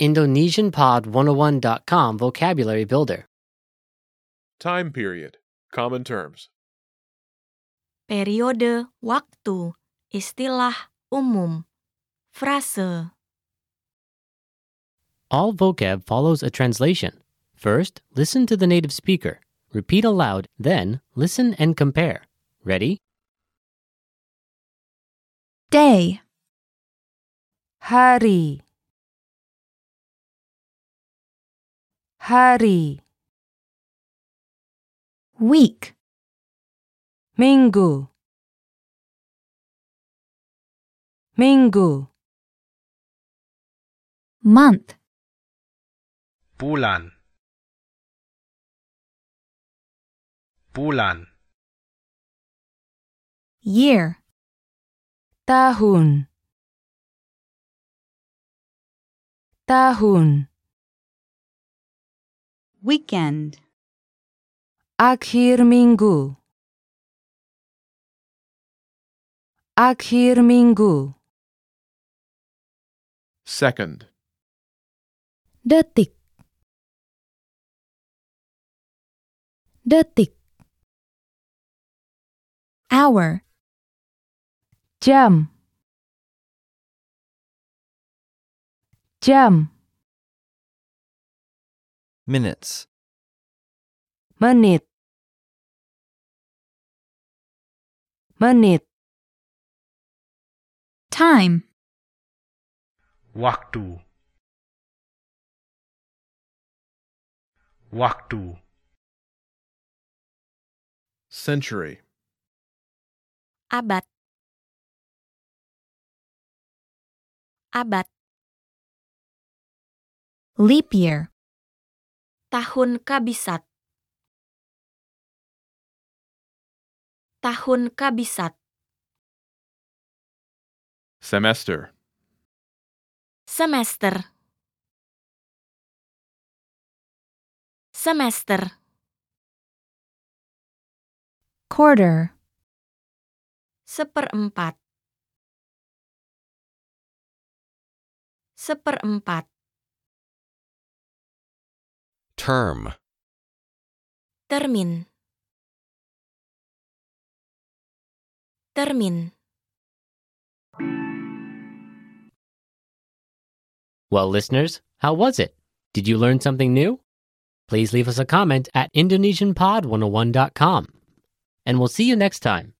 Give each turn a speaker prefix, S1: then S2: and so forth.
S1: IndonesianPod101.com Vocabulary Builder.
S2: Time period. Common terms.
S3: Periode waktu, istilah umum, frase,
S1: All vocab follows a translation. First, listen to the native speaker. Repeat aloud, then, listen and compare. Ready?
S4: Day Hari Hari Week Minggu Minggu
S5: month,
S6: Bulan. Bulan.
S5: year,
S4: Tahun Tahun
S5: weekend,
S4: Akhir minggu. Akhir minggu.
S2: Second.
S4: Detik. Detik.
S5: hour,
S4: Jam. Jam.
S7: minutes,
S4: Menit. Menit.
S5: time,
S6: Waktu. Waktu.
S2: Century.
S3: abad. Abad,
S5: leap year,
S3: tahun kabisat. Tahun kabisat,
S2: Semester.
S3: semester. Semester,
S5: quarter,
S3: seperempat. Seperempat.
S8: term,
S3: Termin. Termin.
S1: Well, listeners, how was it? Did you learn something new? oh Please leave us a comment at IndonesianPod101.com. And we'll see you next time.